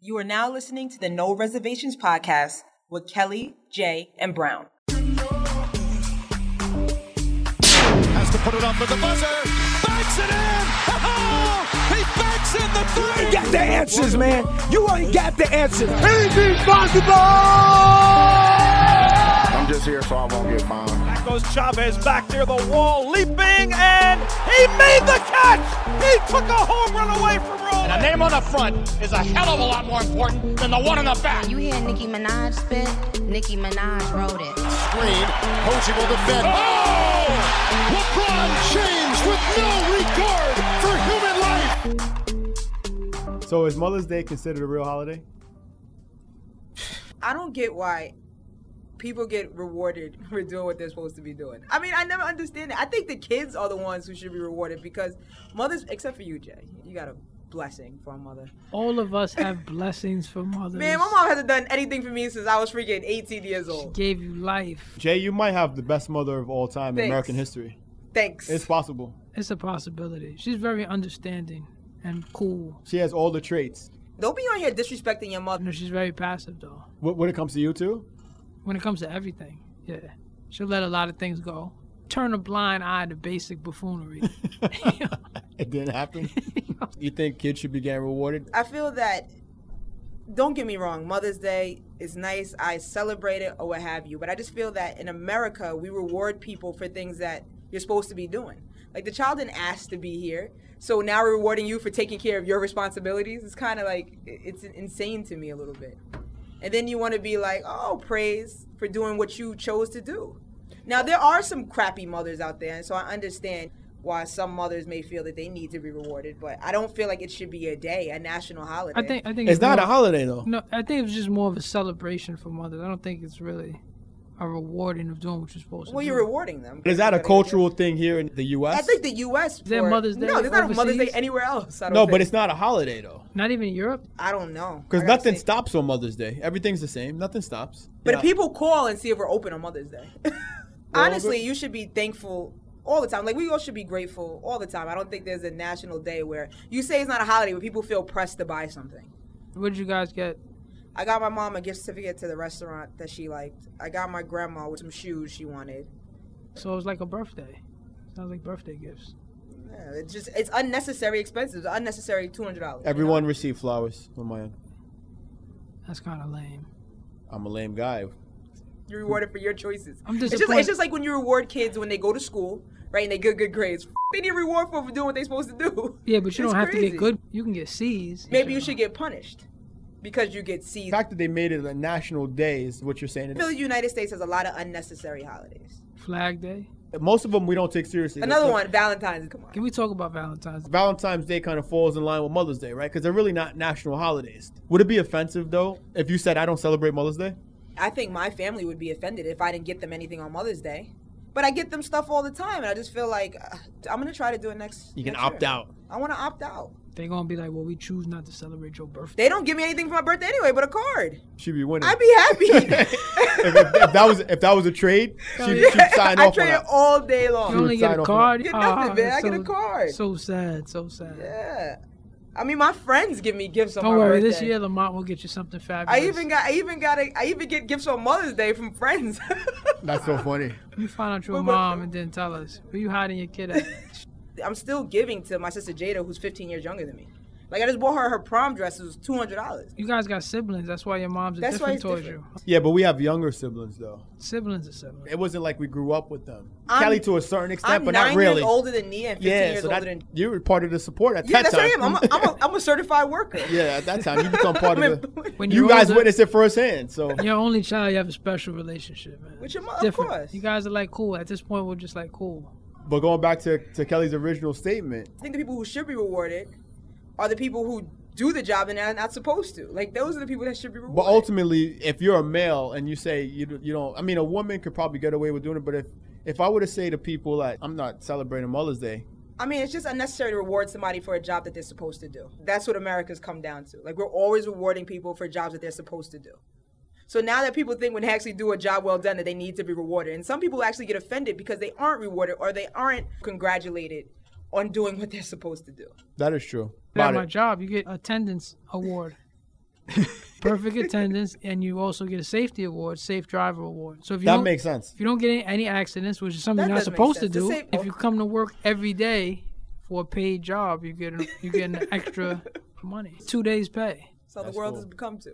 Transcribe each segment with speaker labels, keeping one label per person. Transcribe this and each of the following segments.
Speaker 1: You are now listening to the No Reservations podcast with Kelly, Jay, and Brown.
Speaker 2: Has to put it up with the buzzer. Banks it in. Oh, he banks in the three.
Speaker 3: ain't got the answers, man. You ain't got the answers.
Speaker 4: Anything possible!
Speaker 5: I'm just here so I won't get fined.
Speaker 2: That goes Chavez back near the wall, leaping, and he made the catch. He took a home run away from Roland.
Speaker 6: The name on the front is a hell of a lot more important than the one on the back.
Speaker 7: You hear Nicki Minaj spit? Nicki Minaj wrote it.
Speaker 2: screen. Posey will defend. Oh! LeBron James with no regard for human life.
Speaker 8: So is Mother's Day considered a real holiday?
Speaker 9: I don't get why people get rewarded for doing what they're supposed to be doing. I mean, I never understand it. I think the kids are the ones who should be rewarded because mothers, except for you, Jay, you got a blessing for a mother.
Speaker 10: All of us have blessings from others.
Speaker 9: Man, my mom hasn't done anything for me since I was freaking 18 years old.
Speaker 10: gave you life.
Speaker 8: Jay, you might have the best mother of all time in
Speaker 9: Thanks.
Speaker 8: American history.
Speaker 9: Thanks.
Speaker 8: It's possible.
Speaker 10: It's a possibility. She's very understanding and cool.
Speaker 8: She has all the traits.
Speaker 9: don't be on here disrespecting your
Speaker 10: You know,
Speaker 9: mother.
Speaker 10: she's very passive though.
Speaker 8: Wh- When it comes to you two,
Speaker 10: When it comes to everything, yeah, she'll let a lot of things go. Turn a blind eye to basic buffoonery.
Speaker 8: it didn't happen. you think kids should be getting rewarded?
Speaker 9: I feel that, don't get me wrong, Mother's Day is nice. I celebrate it or what have you. But I just feel that in America, we reward people for things that you're supposed to be doing. Like the child didn't ask to be here. So now we're rewarding you for taking care of your responsibilities. It's kind of like, i- it's insane to me a little bit. And then you want to be like, oh, praise for doing what you chose to do. Now, there are some crappy mothers out there, and so I understand why some mothers may feel that they need to be rewarded, but I don't feel like it should be a day, a national holiday.
Speaker 10: I think. I think
Speaker 8: It's not a
Speaker 10: more-
Speaker 8: holiday though.
Speaker 10: No, I think it's just more of a celebration for mothers. I don't think it's really a rewarding of doing what you're supposed to
Speaker 9: Well,
Speaker 10: do.
Speaker 9: you're rewarding them.
Speaker 8: Is that a cultural thing here in the U.S.?
Speaker 9: I think the U.S.
Speaker 10: there
Speaker 9: for-
Speaker 10: Mother's Day
Speaker 9: No, there's not a Mother's Day
Speaker 10: overseas?
Speaker 9: anywhere else. I don't
Speaker 8: no, but
Speaker 9: think.
Speaker 8: it's not a holiday though,
Speaker 10: Not even Europe.
Speaker 9: I don't know. I
Speaker 8: because
Speaker 9: gotta
Speaker 8: nothing
Speaker 9: see.
Speaker 8: stops on Mother's Day. Everything's the same. Nothing stops.
Speaker 9: But
Speaker 8: Yeah.
Speaker 9: if people call and see if we're open on Mother's Day. Honestly, you should be thankful all the time. Like we all should be grateful all the time. I don't think there's a national day where you say it's not a holiday, but people feel pressed to buy something.
Speaker 10: What did you guys get?
Speaker 9: I got my mom a gift certificate to the restaurant that she liked. I got my grandma with some shoes she wanted.
Speaker 10: So it was like a birthday. Sounds like birthday gifts.
Speaker 9: Yeah, it's just it's unnecessary expenses, unnecessary two hundred dollars.
Speaker 8: everyone received flowers on my end.
Speaker 10: That's kind of lame.
Speaker 8: I'm a lame guy.
Speaker 9: You're rewarded for your choices.
Speaker 10: I'm
Speaker 9: it's just
Speaker 10: disappointed-
Speaker 9: it's just like when you reward kids when they go to school, right? And they get good grades. F- They need reward for for doing what they're supposed to do.
Speaker 10: Yeah, but you
Speaker 9: It's
Speaker 10: don't have to
Speaker 9: crazy.
Speaker 10: get good. You can get C's.
Speaker 9: Maybe you should get punished because you get seized.
Speaker 8: The fact that they made it a national day is what you're saying.
Speaker 9: I feel the United States has a lot of unnecessary holidays.
Speaker 10: Flag Day.
Speaker 8: Most of them we don't take seriously. That's
Speaker 9: Another
Speaker 8: what-
Speaker 9: one, Valentine's. Come on.
Speaker 10: Can we talk about Valentine's? Day?
Speaker 8: Valentine's Day kind of falls in line with Mother's Day, right? Because they're really not national holidays. Would it be offensive though if you said I don't celebrate Mother's Day?
Speaker 9: I think my family would be offended if I didn't get them anything on Mother's Day. But I get them stuff all the time, and I just feel like uh, I'm gonna try to do it next.
Speaker 8: You can
Speaker 9: next
Speaker 8: opt
Speaker 9: year.
Speaker 8: out.
Speaker 9: I want to opt out.
Speaker 10: They're gonna be like, well, we choose not to celebrate your birthday.
Speaker 9: They don't give me anything for my birthday anyway, but a card.
Speaker 8: She'd be winning.
Speaker 9: I'd be happy.
Speaker 8: if, if- if that was if that was a trade, she'd, she'd sign
Speaker 9: I
Speaker 8: off on
Speaker 9: trade it
Speaker 8: that.
Speaker 9: all day
Speaker 10: You
Speaker 8: Dude.
Speaker 9: long.
Speaker 10: only
Speaker 8: would
Speaker 10: get
Speaker 8: sign
Speaker 10: a
Speaker 8: off on
Speaker 10: card.
Speaker 9: that. Get nothing,
Speaker 10: Ah,
Speaker 9: man. I get a card.
Speaker 10: So sad. So sad.
Speaker 9: Yeah. I mean, my friends give me gifts on
Speaker 10: Don't
Speaker 9: my
Speaker 10: worry.
Speaker 9: birthday.
Speaker 10: This year, Lamont will get you something fabulous.
Speaker 9: I even got, I even got, a, I even get gifts on Mother's Day from friends.
Speaker 8: That's so funny.
Speaker 10: You find out your
Speaker 9: But what-
Speaker 10: mom and then tell us where you hiding your kid at.
Speaker 9: I'm still giving to my sister Jada, who's 15 years younger than me. Like I just bought her her prom dress. It was two hundred dollars.
Speaker 10: you guys got siblings. That's why your mom's are
Speaker 9: That's why
Speaker 10: different
Speaker 9: it's
Speaker 10: towards
Speaker 9: different.
Speaker 10: you.
Speaker 8: Yeah, but we have younger siblings though.
Speaker 10: Siblings are siblings.
Speaker 8: It wasn't like we grew up with them.
Speaker 9: I'm-
Speaker 8: Kelly to a certain extent,
Speaker 9: I'm
Speaker 8: but
Speaker 9: nine
Speaker 8: not really.
Speaker 9: years older than Nia and 15
Speaker 8: yeah,
Speaker 9: years
Speaker 8: so
Speaker 9: older
Speaker 8: that,
Speaker 9: than.
Speaker 8: you were part of the support at
Speaker 9: Yeah,
Speaker 8: that
Speaker 9: that's what I
Speaker 8: time.
Speaker 9: am. I'm a, I'm, a, I'm a certified worker.
Speaker 8: yeah, at that time you become part of the.
Speaker 10: When
Speaker 8: You
Speaker 10: you're
Speaker 8: guys
Speaker 10: older-
Speaker 8: witnessed it firsthand, so
Speaker 10: Your only child, you have a special relationship, man.
Speaker 9: With your
Speaker 10: It's
Speaker 9: mom, of
Speaker 10: different.
Speaker 9: course.
Speaker 10: You guys are like cool. At this point, we're just like cool.
Speaker 8: But going back to, to Kelly's original statement,
Speaker 9: I think the people who should be rewarded are the people who do the job and are not supposed to. Like those are the people that should be rewarded.
Speaker 8: But ultimately, if you're a male and you say you d- you don't, I mean, a woman could probably get away with doing it. But if if I were to say to people that I'm not celebrating Mother's Day,
Speaker 9: I mean, it's just unnecessary to reward somebody for a job that they're supposed to do. That's what America's come down to. Like, we're always rewarding people for jobs that they're supposed to do. So now that people think when they actually do a job well done that they need to be rewarded, and some people actually get offended because they aren't rewarded or they aren't congratulated on doing what they're supposed to do.
Speaker 8: that is true.
Speaker 10: At
Speaker 8: About
Speaker 10: my
Speaker 8: it.
Speaker 10: job, you get attendance award. perfect attendance, and you also get a safety award, safe driver award. So if you
Speaker 8: That
Speaker 10: don't-
Speaker 8: makes sense.
Speaker 10: If you don't get any, any accidents, which is something
Speaker 9: That
Speaker 10: you're not
Speaker 9: does make
Speaker 10: supposed to
Speaker 9: sense. The
Speaker 10: do,
Speaker 9: safe-
Speaker 10: if you come to work every day for a paid job, you get an, you get an extra money, two days pay.
Speaker 9: So the world has become to.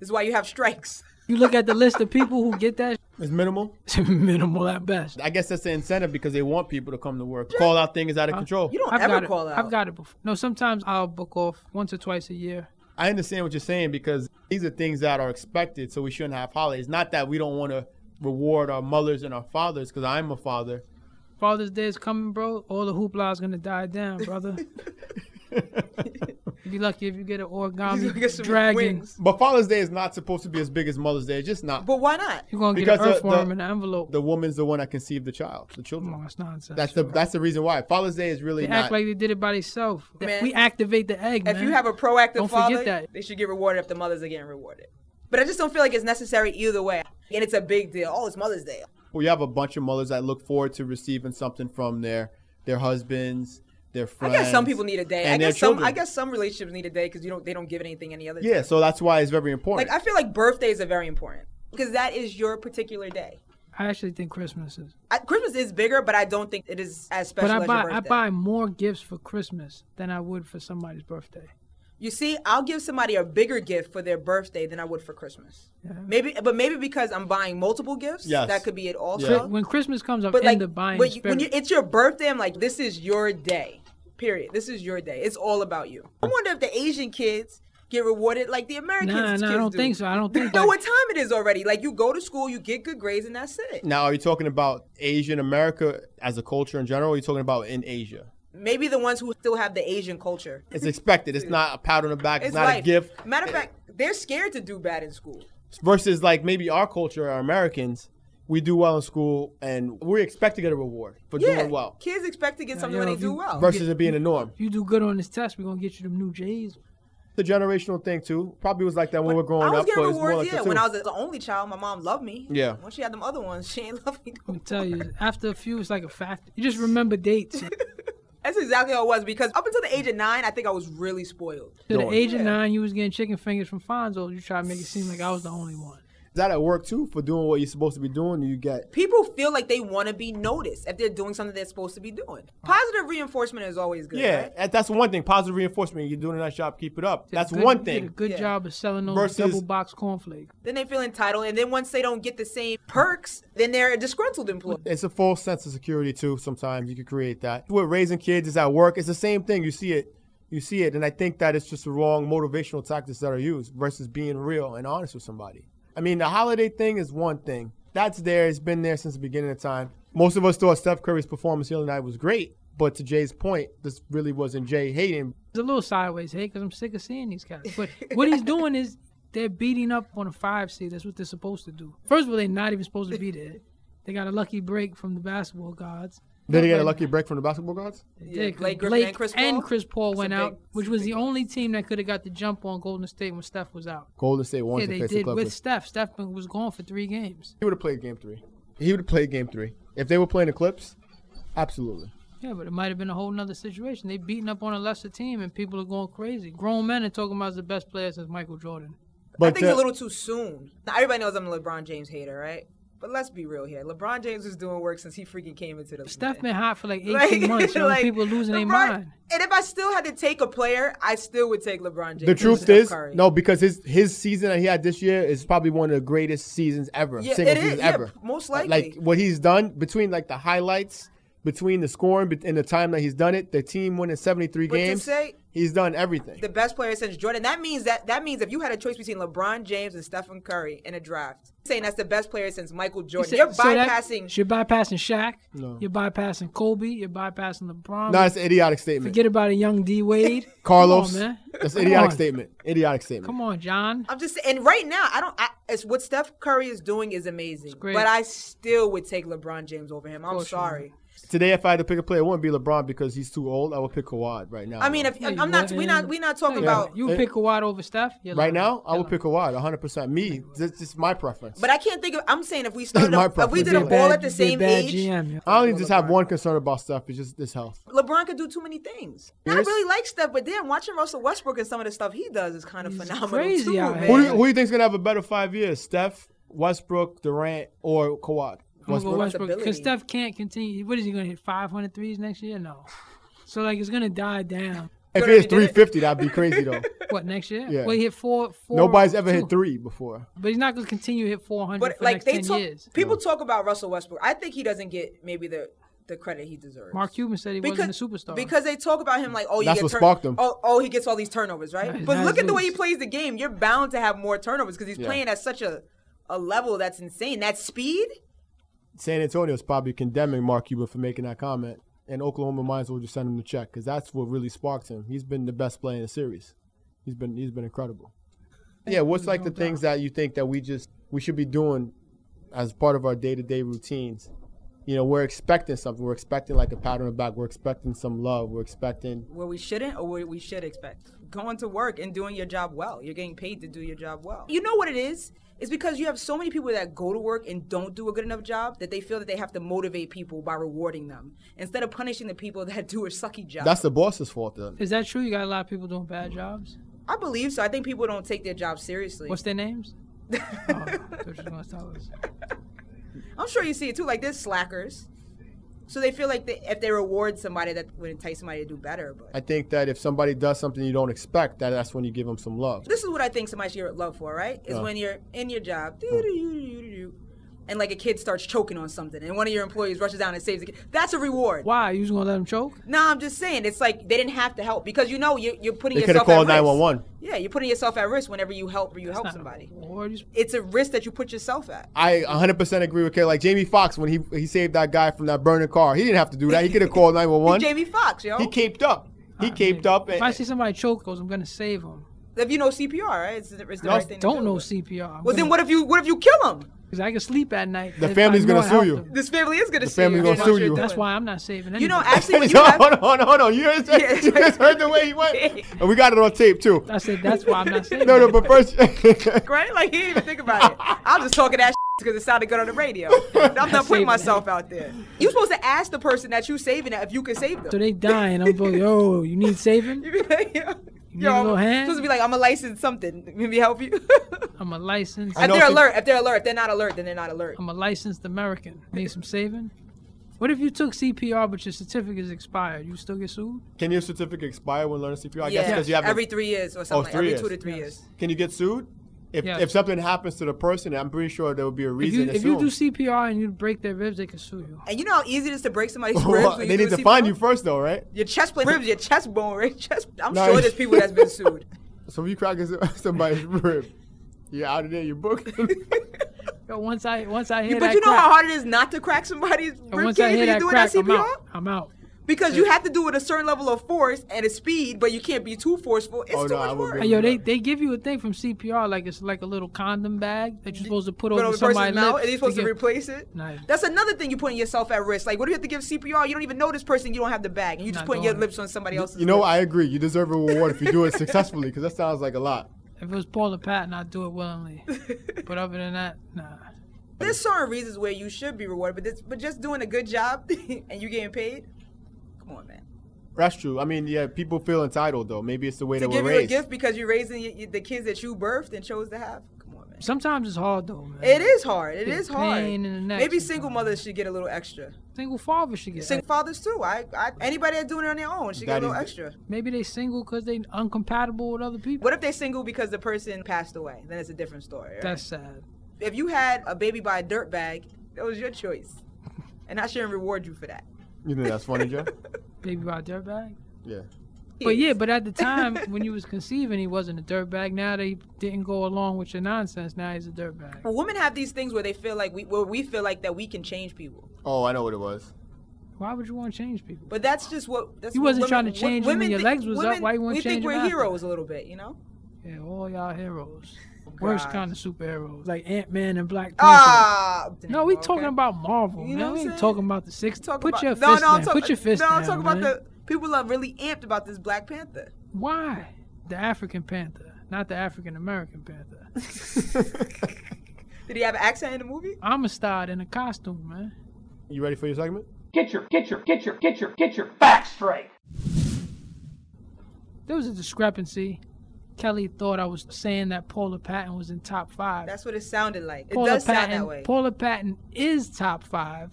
Speaker 9: This is why you have strikes.
Speaker 10: You look at the list of people who get that,
Speaker 8: It's minimal.
Speaker 10: it's minimal at best.
Speaker 8: I guess that's the incentive because they want people to come to work. Call out thing is out of
Speaker 10: Uh,
Speaker 8: control.
Speaker 9: You don't
Speaker 10: I've got
Speaker 9: ever
Speaker 10: it.
Speaker 9: call out.
Speaker 10: I've got it before. No, sometimes I'll book off once or twice a year.
Speaker 8: I understand what you're saying because these are things that are expected, so we shouldn't have holidays. Not that we don't want to reward our mothers and our fathers, because I'm a father.
Speaker 10: Father's Day is coming, bro. All the hoopla is gonna die down, brother. You'd be lucky if you get an
Speaker 9: You
Speaker 10: origami
Speaker 9: get some
Speaker 10: dragon.
Speaker 9: wings.
Speaker 8: But Father's Day is not supposed to be as big as Mother's Day. It's just not.
Speaker 9: But why not?
Speaker 10: You're gonna
Speaker 8: Because
Speaker 10: get
Speaker 8: the-
Speaker 10: an earthworm
Speaker 8: the-
Speaker 10: in an envelope.
Speaker 8: The woman's the one that conceived the child, the
Speaker 10: Come
Speaker 8: children.
Speaker 10: on, that's nonsense.
Speaker 8: That's the that's the reason why Father's Day is really
Speaker 10: they
Speaker 8: not.
Speaker 10: act like they did it by themselves.
Speaker 9: Man.
Speaker 10: We activate the egg,
Speaker 9: If
Speaker 10: man.
Speaker 9: you have a proactive
Speaker 10: Don't forget
Speaker 9: father,
Speaker 10: that.
Speaker 9: they should get rewarded if the mothers are getting rewarded. But I just don't feel like it's necessary either way. And it's a big deal. Oh, it's Mother's Day.
Speaker 8: well, you have a bunch of mothers that look forward to receiving something from their their husbands, their
Speaker 9: I
Speaker 8: friends.
Speaker 9: guess some people need a day.
Speaker 8: and
Speaker 9: I
Speaker 8: their
Speaker 9: guess some.
Speaker 8: children.
Speaker 9: I guess some relationships need a day because you don't. They don't give anything any other. day.
Speaker 8: Yeah, so that's why it's very important.
Speaker 9: Like I feel like birthdays are very important because that is your particular day.
Speaker 10: I actually think Christmas is.
Speaker 9: I, Christmas is bigger, but I don't think it is as special
Speaker 10: But I
Speaker 9: as
Speaker 10: buy
Speaker 9: your
Speaker 10: I
Speaker 9: birthday.
Speaker 10: buy more gifts for Christmas than I would for somebody's birthday.
Speaker 9: You see, I'll give somebody a bigger gift for their birthday than I would for Christmas. Maybe, but maybe because I'm buying multiple gifts,
Speaker 8: Yes.
Speaker 9: that could be it also.
Speaker 8: Yeah.
Speaker 10: When Christmas comes, I'm
Speaker 9: But
Speaker 10: in
Speaker 9: like,
Speaker 10: the buying
Speaker 9: when, you,
Speaker 10: spirit.
Speaker 9: when you, it's your birthday, I'm like, this is your day. Period. This is your day. It's all about you. I wonder if the Asian kids get rewarded like the American
Speaker 10: Nah,
Speaker 9: kids
Speaker 10: nah, I
Speaker 9: do.
Speaker 10: don't think so. I don't
Speaker 9: They
Speaker 10: think
Speaker 9: know
Speaker 10: that-
Speaker 9: what time it is already. Like you go to school, you get good grades, and that's it.
Speaker 8: now, are you talking about Asian America as a culture in general? Or are you talking about in Asia?
Speaker 9: Maybe the ones who still have the Asian culture.
Speaker 8: It's expected. It's not a pat on the back. It's,
Speaker 9: It's
Speaker 8: not
Speaker 9: like
Speaker 8: a gift.
Speaker 9: Matter of fact, they're scared to do bad in school.
Speaker 8: Versus like maybe our culture, our Americans, we do well in school and we're expected to get a reward for
Speaker 9: Yeah,
Speaker 8: doing well.
Speaker 9: kids expect to get something
Speaker 10: yo,
Speaker 9: when they
Speaker 10: if
Speaker 9: do
Speaker 10: you-
Speaker 9: well.
Speaker 8: Versus it being the norm.
Speaker 10: you do good on this test, we're gonna get you them new J's.
Speaker 8: The generational thing too. Probably was like that when we were growing
Speaker 9: I was
Speaker 8: up.
Speaker 9: getting
Speaker 8: but it's more
Speaker 9: rewards,
Speaker 8: like that,
Speaker 9: yeah. When
Speaker 8: too.
Speaker 9: I was the only child, my mom loved me.
Speaker 8: Yeah.
Speaker 9: Once she had them other ones, she ain't love me. no
Speaker 10: I'm gonna tell you, after a few, it's like a fact. You just remember dates. To
Speaker 9: That's exactly how it was because up until the age of nine, I think I was really spoiled.
Speaker 10: the age of
Speaker 9: Yeah.
Speaker 10: nine, you was getting chicken fingers from Fonzo. You try to make it seem like I was the only one.
Speaker 8: Is that at work too for doing what you're supposed to be doing? You get
Speaker 9: People feel like they want to be noticed if they're doing something they're supposed to be doing.
Speaker 10: Oh.
Speaker 9: Positive reinforcement is always good.
Speaker 8: yeah.
Speaker 9: right?
Speaker 8: that- That's one thing. Positive reinforcement. You're doing a nice job. Keep it up. That's
Speaker 10: Good-
Speaker 8: one
Speaker 10: you
Speaker 8: thing.
Speaker 10: Did a good
Speaker 9: Yeah.
Speaker 10: job of selling those
Speaker 8: Versus-
Speaker 10: double box cornflakes.
Speaker 9: Then they feel entitled, and then once they don't get the same perks, then they're a disgruntled employee.
Speaker 8: It's a false sense of security too. Sometimes you can create that. With raising kids is at work. It's the same thing. You see it, you see it, and I think that it's just the wrong motivational tactics that are used versus being real and honest with somebody. I mean, the holiday thing is one thing. That's there. It's been there since the beginning of time. Most of us thought Steph Curry's performance the other night was great, but to Jay's point, this really wasn't Jay hating.
Speaker 10: It's a little sideways, hey, because I'm sick of seeing these guys. But what he's doing is they're beating up on a five seed. That's what they're supposed to do. First of all, they're not even supposed to be there. They got a lucky break from the basketball gods.
Speaker 8: Did he get a lucky break from the basketball gods?
Speaker 10: Yeah, 'cause
Speaker 9: Blake Griffin and Chris Paul.
Speaker 10: Paul went
Speaker 9: a
Speaker 10: out,
Speaker 9: big-
Speaker 10: which was the only team that could have got the jump on Golden State when Steph was out.
Speaker 8: Golden State
Speaker 10: Yeah,
Speaker 8: wanted
Speaker 10: they
Speaker 8: to face the
Speaker 10: did with
Speaker 8: Clippers.
Speaker 10: Steph. Steph was gone for three games.
Speaker 8: he would have played Game Three. He would have played Game Three if they were playing the Clips. Absolutely.
Speaker 10: Yeah, but it might have been a whole nother situation. They beating up on a lesser team, and people are going crazy. Grown men are talking about he's the best player since Michael Jordan.
Speaker 9: I
Speaker 8: But
Speaker 9: think it's
Speaker 8: uh,
Speaker 9: a little too soon. Now, everybody knows I'm a LeBron James hater, right? But let's be real here. LeBron James was doing work since he freaking came into the
Speaker 10: Steph
Speaker 9: league.
Speaker 10: been hot for like 18
Speaker 9: Like-
Speaker 10: months. You know,
Speaker 9: like,
Speaker 10: people losing their
Speaker 9: LeBron-
Speaker 10: mind.
Speaker 9: And if I still had to take a player, I still would take LeBron James.
Speaker 8: The
Speaker 9: over
Speaker 8: truth
Speaker 9: Steph
Speaker 8: is,
Speaker 9: Curry.
Speaker 8: no, because his his season that he had this year is probably one of the greatest seasons ever,
Speaker 9: Yeah,
Speaker 8: single
Speaker 9: it is,
Speaker 8: season
Speaker 9: yeah,
Speaker 8: ever.
Speaker 9: most likely.
Speaker 8: like what he's done between like the highlights, between the scoring, bet- and the time that he's done it, the team winning seventy three
Speaker 9: But to
Speaker 8: games.
Speaker 9: say-
Speaker 8: he's done everything.
Speaker 9: the best player since Jordan. That means that that means if you had a choice between LeBron James and Stephen Curry in a draft, saying that's the best player since Michael Jordan, you're
Speaker 10: So that-
Speaker 9: bypassing.
Speaker 10: you're bypassing Shaq. You're bypassing Kobe. You're bypassing
Speaker 8: no,
Speaker 10: LeBron.
Speaker 8: that's an idiotic statement,
Speaker 10: Forget about a young D Wade.
Speaker 8: Carlos.
Speaker 10: Come on, man.
Speaker 8: That's an
Speaker 10: Come
Speaker 8: idiotic
Speaker 10: on.
Speaker 8: statement. Idiotic statement.
Speaker 10: Come on, John.
Speaker 9: I'm just and right now I don't. I, it's what Steph Curry is doing is amazing,
Speaker 10: great.
Speaker 9: but I still would take LeBron James over him. I'm sorry.
Speaker 8: Today, if I had to pick a player, it wouldn't be LeBron because he's too old. I would pick Kawhi right now.
Speaker 9: I mean, if,
Speaker 10: Yeah, you
Speaker 9: I'm not.
Speaker 10: would,
Speaker 9: We're
Speaker 10: yeah.
Speaker 9: not. We're not talking
Speaker 10: No, you're
Speaker 9: about.
Speaker 10: not. you would pick Kawhi over Steph. You're
Speaker 8: right
Speaker 10: lying.
Speaker 8: now, I
Speaker 10: You're
Speaker 8: would pick Kawhi 100. percent Me, this, this is my preference.
Speaker 9: But I can't think of. I'm saying if we started,
Speaker 8: My
Speaker 9: up, if we did
Speaker 8: preference. Be
Speaker 9: them
Speaker 10: lying. You're a
Speaker 9: all
Speaker 10: bad-
Speaker 9: at the
Speaker 10: you're a
Speaker 9: same
Speaker 10: bad
Speaker 9: age,
Speaker 10: GM, yeah.
Speaker 8: I only just have one concern about Steph. It's just his health.
Speaker 9: LeBron could do too many things. And I really like Steph, but damn, watching Russell Westbrook and some of the stuff he does is kind of phenomenal
Speaker 10: crazy
Speaker 9: too,
Speaker 10: out
Speaker 9: man.
Speaker 10: here.
Speaker 8: Who do, you- who do you think's gonna have a better five years? Steph, Westbrook, Durant, or Kawhi?
Speaker 10: I'm gonna go Westbrook because
Speaker 9: Possibility.
Speaker 10: Steph can't continue. What is he gonna hit 500 threes next year? No. So like it's gonna die down.
Speaker 8: If it is 350, that'd be crazy though.
Speaker 10: What next year?
Speaker 8: Yeah.
Speaker 10: Well, he hit four. four
Speaker 8: Nobody's ever
Speaker 10: two.
Speaker 8: hit three before.
Speaker 10: But he's not gonna continue to hit 400
Speaker 9: But
Speaker 10: for
Speaker 9: like
Speaker 10: next
Speaker 9: they
Speaker 10: 10
Speaker 9: talk,
Speaker 10: years.
Speaker 9: people talk about Russell Westbrook. I think he doesn't get maybe the the credit he deserves.
Speaker 10: Mark Cuban said he wasn't a superstar.
Speaker 9: Because they talk about him like, oh, you
Speaker 8: That's
Speaker 9: get
Speaker 8: what sparked him.
Speaker 9: Oh, oh, he gets all these turnovers, right?
Speaker 10: Right,
Speaker 9: but
Speaker 10: now
Speaker 9: look
Speaker 10: he's
Speaker 9: at the way he
Speaker 10: loose.
Speaker 9: plays the game. You're bound to have more turnovers because he's playing at such a a level that's insane. That speed.
Speaker 8: San Antonio's probably condemning Mark Cuban for making that comment, and Oklahoma might as well just send him the check because that's what really sparked him. He's been the best player in the series. He's been he's been incredible. Yeah, what's like the things that you think that we just we should be doing as part of our day to day routines? You know, we're expecting something. We're expecting like a pat on the back. We're expecting some love. We're expecting
Speaker 9: Where we shouldn't or where we should expect. Going to work and doing your job well. You're getting paid to do your job well. You know what it is? It's because you have so many people that go to work and don't do a good enough job that they feel that they have to motivate people by rewarding them instead of punishing the people that do a sucky job.
Speaker 8: That's the boss's fault then.
Speaker 10: Is that true? You got a lot of people doing bad jobs.
Speaker 9: I believe so. I think people don't take their job seriously.
Speaker 10: What's their names? oh, I thought you was gonna tell us.
Speaker 9: I'm sure you see it too. Like there's slackers, so they feel like they, if they reward somebody, that would entice somebody to do better. But
Speaker 8: I think that if somebody does something you don't expect, that that's when you give them some love.
Speaker 9: this is what I think somebody should love for, right? Is when you're in your job, doo-doo-doo-doo-doo-doo, and like a kid starts choking on something, and one of your employees rushes down and saves the kid. That's a reward.
Speaker 10: Why? You just gonna let him choke?
Speaker 9: No, I'm just saying it's like they didn't have to help because you know you're, you're putting
Speaker 8: They could have
Speaker 9: yourself
Speaker 8: called
Speaker 9: at risk.
Speaker 8: 911.
Speaker 9: Yeah, you're putting yourself at risk whenever you help or you help somebody.
Speaker 10: Or just
Speaker 9: It's a risk that you put yourself at.
Speaker 8: I 100% agree with Kelly. Like Jamie Foxx when he he saved that guy from that burning car, he didn't have to do that. He could have called 911.
Speaker 9: Jamie Foxx, yo.
Speaker 8: he caped up. He caped up.
Speaker 10: If I
Speaker 8: And,
Speaker 10: see somebody choke, those I'm gonna save him.
Speaker 9: If you know CPR, right? It's, the- it's the
Speaker 8: No,
Speaker 9: right thing to
Speaker 10: Don't
Speaker 9: do.
Speaker 10: know CPR. I'm
Speaker 9: Well, then
Speaker 10: gonna-
Speaker 9: what if you what if you kill him?
Speaker 10: 'cause I can sleep at night.
Speaker 8: The
Speaker 10: if I
Speaker 8: family's
Speaker 10: know
Speaker 8: gonna
Speaker 10: I
Speaker 8: sue
Speaker 10: helped
Speaker 8: you.
Speaker 10: them.
Speaker 9: This family is gonna sue
Speaker 8: family
Speaker 9: you.
Speaker 8: gonna
Speaker 9: That's
Speaker 8: sue
Speaker 9: what you're
Speaker 8: you.
Speaker 10: That's
Speaker 9: doing.
Speaker 10: why I'm not saving. Anybody.
Speaker 9: You know, actually, when you
Speaker 8: hold,
Speaker 9: have,
Speaker 8: on, hold on, hold on. You heard,
Speaker 9: Yeah.
Speaker 8: you just heard the way he went. And we got it on tape too.
Speaker 10: I said that's why I'm not saving.
Speaker 8: No, no, but first,
Speaker 9: right? Like, you didn't even think about it. I'm just talking that because it sounded good on the radio. I'm not putting
Speaker 10: Saving
Speaker 9: myself out there. You're supposed to ask the person that you saving that if you can save
Speaker 10: So
Speaker 9: them.
Speaker 10: they dying. I'm going. Yo, you need saving?
Speaker 9: You be like, yo,
Speaker 10: need a little hand?
Speaker 9: supposed to be like, I'm a licensed something. Maybe help you.
Speaker 10: I'm a licensed.
Speaker 9: if
Speaker 8: know
Speaker 9: they're
Speaker 8: if you-
Speaker 9: alert, if they're alert, if they're not alert, then they're not alert.
Speaker 10: I'm a licensed American. Need some saving? What if you took CPR but your certificate is expired? You still get sued?
Speaker 8: can your certificate expire when learning CPR? I guess
Speaker 9: Yeah,
Speaker 8: because you have
Speaker 9: every three years or
Speaker 8: Oh,
Speaker 9: something. like,
Speaker 8: three
Speaker 9: every
Speaker 8: years.
Speaker 9: two to three years.
Speaker 8: Can you get sued? If,
Speaker 10: Yes.
Speaker 8: if something happens to the person, I'm pretty sure there would be a
Speaker 10: If
Speaker 8: reason.
Speaker 10: you,
Speaker 8: to
Speaker 10: if
Speaker 8: sue
Speaker 10: you
Speaker 8: them.
Speaker 10: do CPR and you break their ribs, they can sue you.
Speaker 9: And you know how easy it is to break somebody's ribs.
Speaker 8: Well,
Speaker 9: when
Speaker 8: they
Speaker 9: you do
Speaker 8: need
Speaker 9: a
Speaker 8: to find
Speaker 9: CPR?
Speaker 8: you first, though, right?
Speaker 9: Your chest plate ribs, your chest bone, right? Chest. I'm
Speaker 8: No,
Speaker 9: sure
Speaker 8: you-
Speaker 9: there's people that's been sued.
Speaker 8: So if you crack somebody's rib, you're out of there. You're booked.
Speaker 10: Yo, once I once I hit
Speaker 9: But
Speaker 10: that
Speaker 9: you know
Speaker 10: crack,
Speaker 9: how hard it is not to crack somebody's
Speaker 10: and
Speaker 9: rib
Speaker 10: once
Speaker 9: cage
Speaker 10: I hit
Speaker 9: when you're
Speaker 10: that
Speaker 9: doing
Speaker 10: crack,
Speaker 9: that
Speaker 10: I'm
Speaker 9: CPR?
Speaker 10: out. I'm out.
Speaker 9: Because you have to do it a certain level of force and a speed, but you can't be too forceful. It's
Speaker 8: Oh,
Speaker 9: too
Speaker 8: no, I
Speaker 9: much
Speaker 8: would
Speaker 9: work.
Speaker 8: be-
Speaker 10: Hey, yo, they, they give you a thing from CPR like it's like a little condom bag that you're supposed to
Speaker 9: Put
Speaker 10: put
Speaker 9: on
Speaker 10: over
Speaker 9: the person's
Speaker 10: somebody's lips.
Speaker 9: mouth, and you're supposed to,
Speaker 10: get-
Speaker 9: replace it.
Speaker 10: Nah.
Speaker 9: That's another thing you're putting yourself at risk. Like, what do you have to give CPR? You don't even know this person. You don't have the bag, and you just
Speaker 10: Not
Speaker 9: putting your
Speaker 10: going.
Speaker 9: lips on somebody else's.
Speaker 8: You know,
Speaker 9: lips.
Speaker 8: I agree. You deserve a reward if you do it successfully, because that sounds like a lot.
Speaker 10: If it was Paula Patton, I'd do it willingly. but other than that, nah.
Speaker 9: There's certain reasons where you should be rewarded, but this, but just doing a good job and you getting paid. Come on, man.
Speaker 8: That's true. I mean, yeah, people feel entitled though. Maybe it's the way
Speaker 9: To
Speaker 8: they were
Speaker 9: give you a
Speaker 8: raised.
Speaker 9: gift because you're raising y- y- the kids that you birthed and chose to have. Come on, man.
Speaker 10: Sometimes it's hard though, man.
Speaker 9: It is hard. It
Speaker 10: Get
Speaker 9: is hard.
Speaker 10: pain in the neck
Speaker 9: Maybe
Speaker 10: sometimes.
Speaker 9: single mothers should get a little extra.
Speaker 10: Single father should get.
Speaker 9: Single fathers too. I, I anybody that's doing it on their own should get a
Speaker 8: Daddy's-
Speaker 9: little extra.
Speaker 10: Maybe they single because they uncompatible with other people.
Speaker 9: What if they're single because the person passed away? Then it's a different story. right?
Speaker 10: That's sad.
Speaker 9: If you had a baby by a dirtbag, that was your choice. And I shouldn't reward you for that.
Speaker 8: You think that's funny, Joe?
Speaker 10: Baby by a dirtbag.
Speaker 8: Yeah.
Speaker 10: But yeah, but at the time when you was conceiving, he wasn't a dirtbag. Now they didn't go along with your nonsense. Now he's a dirtbag.
Speaker 9: But women have these things where they feel like we where we feel like that we can change people.
Speaker 8: Oh, I know what it was.
Speaker 10: Why would you want to change people?
Speaker 9: But that's just what that's
Speaker 10: You
Speaker 9: what
Speaker 10: wasn't
Speaker 9: women-
Speaker 10: trying to change
Speaker 9: wo-
Speaker 10: them when
Speaker 9: women
Speaker 10: your
Speaker 9: thi-
Speaker 10: legs was up.
Speaker 9: women-
Speaker 10: Why you wouldn't
Speaker 9: We
Speaker 10: change
Speaker 9: think
Speaker 10: them
Speaker 9: we're
Speaker 10: after?
Speaker 9: heroes a little bit, you know?
Speaker 10: Yeah, all y'all heroes. worst kind of superheroes, like Ant Man and Black Panther.
Speaker 9: Ah,
Speaker 10: no, we
Speaker 9: damn,
Speaker 10: talking
Speaker 9: okay.
Speaker 10: about Marvel,
Speaker 9: You know
Speaker 10: man.
Speaker 9: what
Speaker 10: We
Speaker 9: I'm
Speaker 10: ain't
Speaker 9: saying?
Speaker 10: talking about the six.
Speaker 9: Talk
Speaker 10: Put
Speaker 9: about-
Speaker 10: your fist
Speaker 9: no, no,
Speaker 10: down.
Speaker 9: I'm talking,
Speaker 10: Put your fist
Speaker 9: no,
Speaker 10: down.
Speaker 9: I'm talking about
Speaker 10: man.
Speaker 9: the people are really amped about this Black Panther.
Speaker 10: Why? The African Panther, not the African American Panther.
Speaker 9: Did he have an accent in the movie?
Speaker 10: I'm a star in a costume, man.
Speaker 8: You ready for your segment?
Speaker 6: Get your, get your, get your, get your, get your back straight.
Speaker 10: There was a discrepancy. Kelly thought I was saying that Paula Patton was in top five.
Speaker 9: That's what it sounded like. It
Speaker 10: Paula
Speaker 9: does
Speaker 10: Patton.
Speaker 9: sound that way.
Speaker 10: Paula Patton is top five.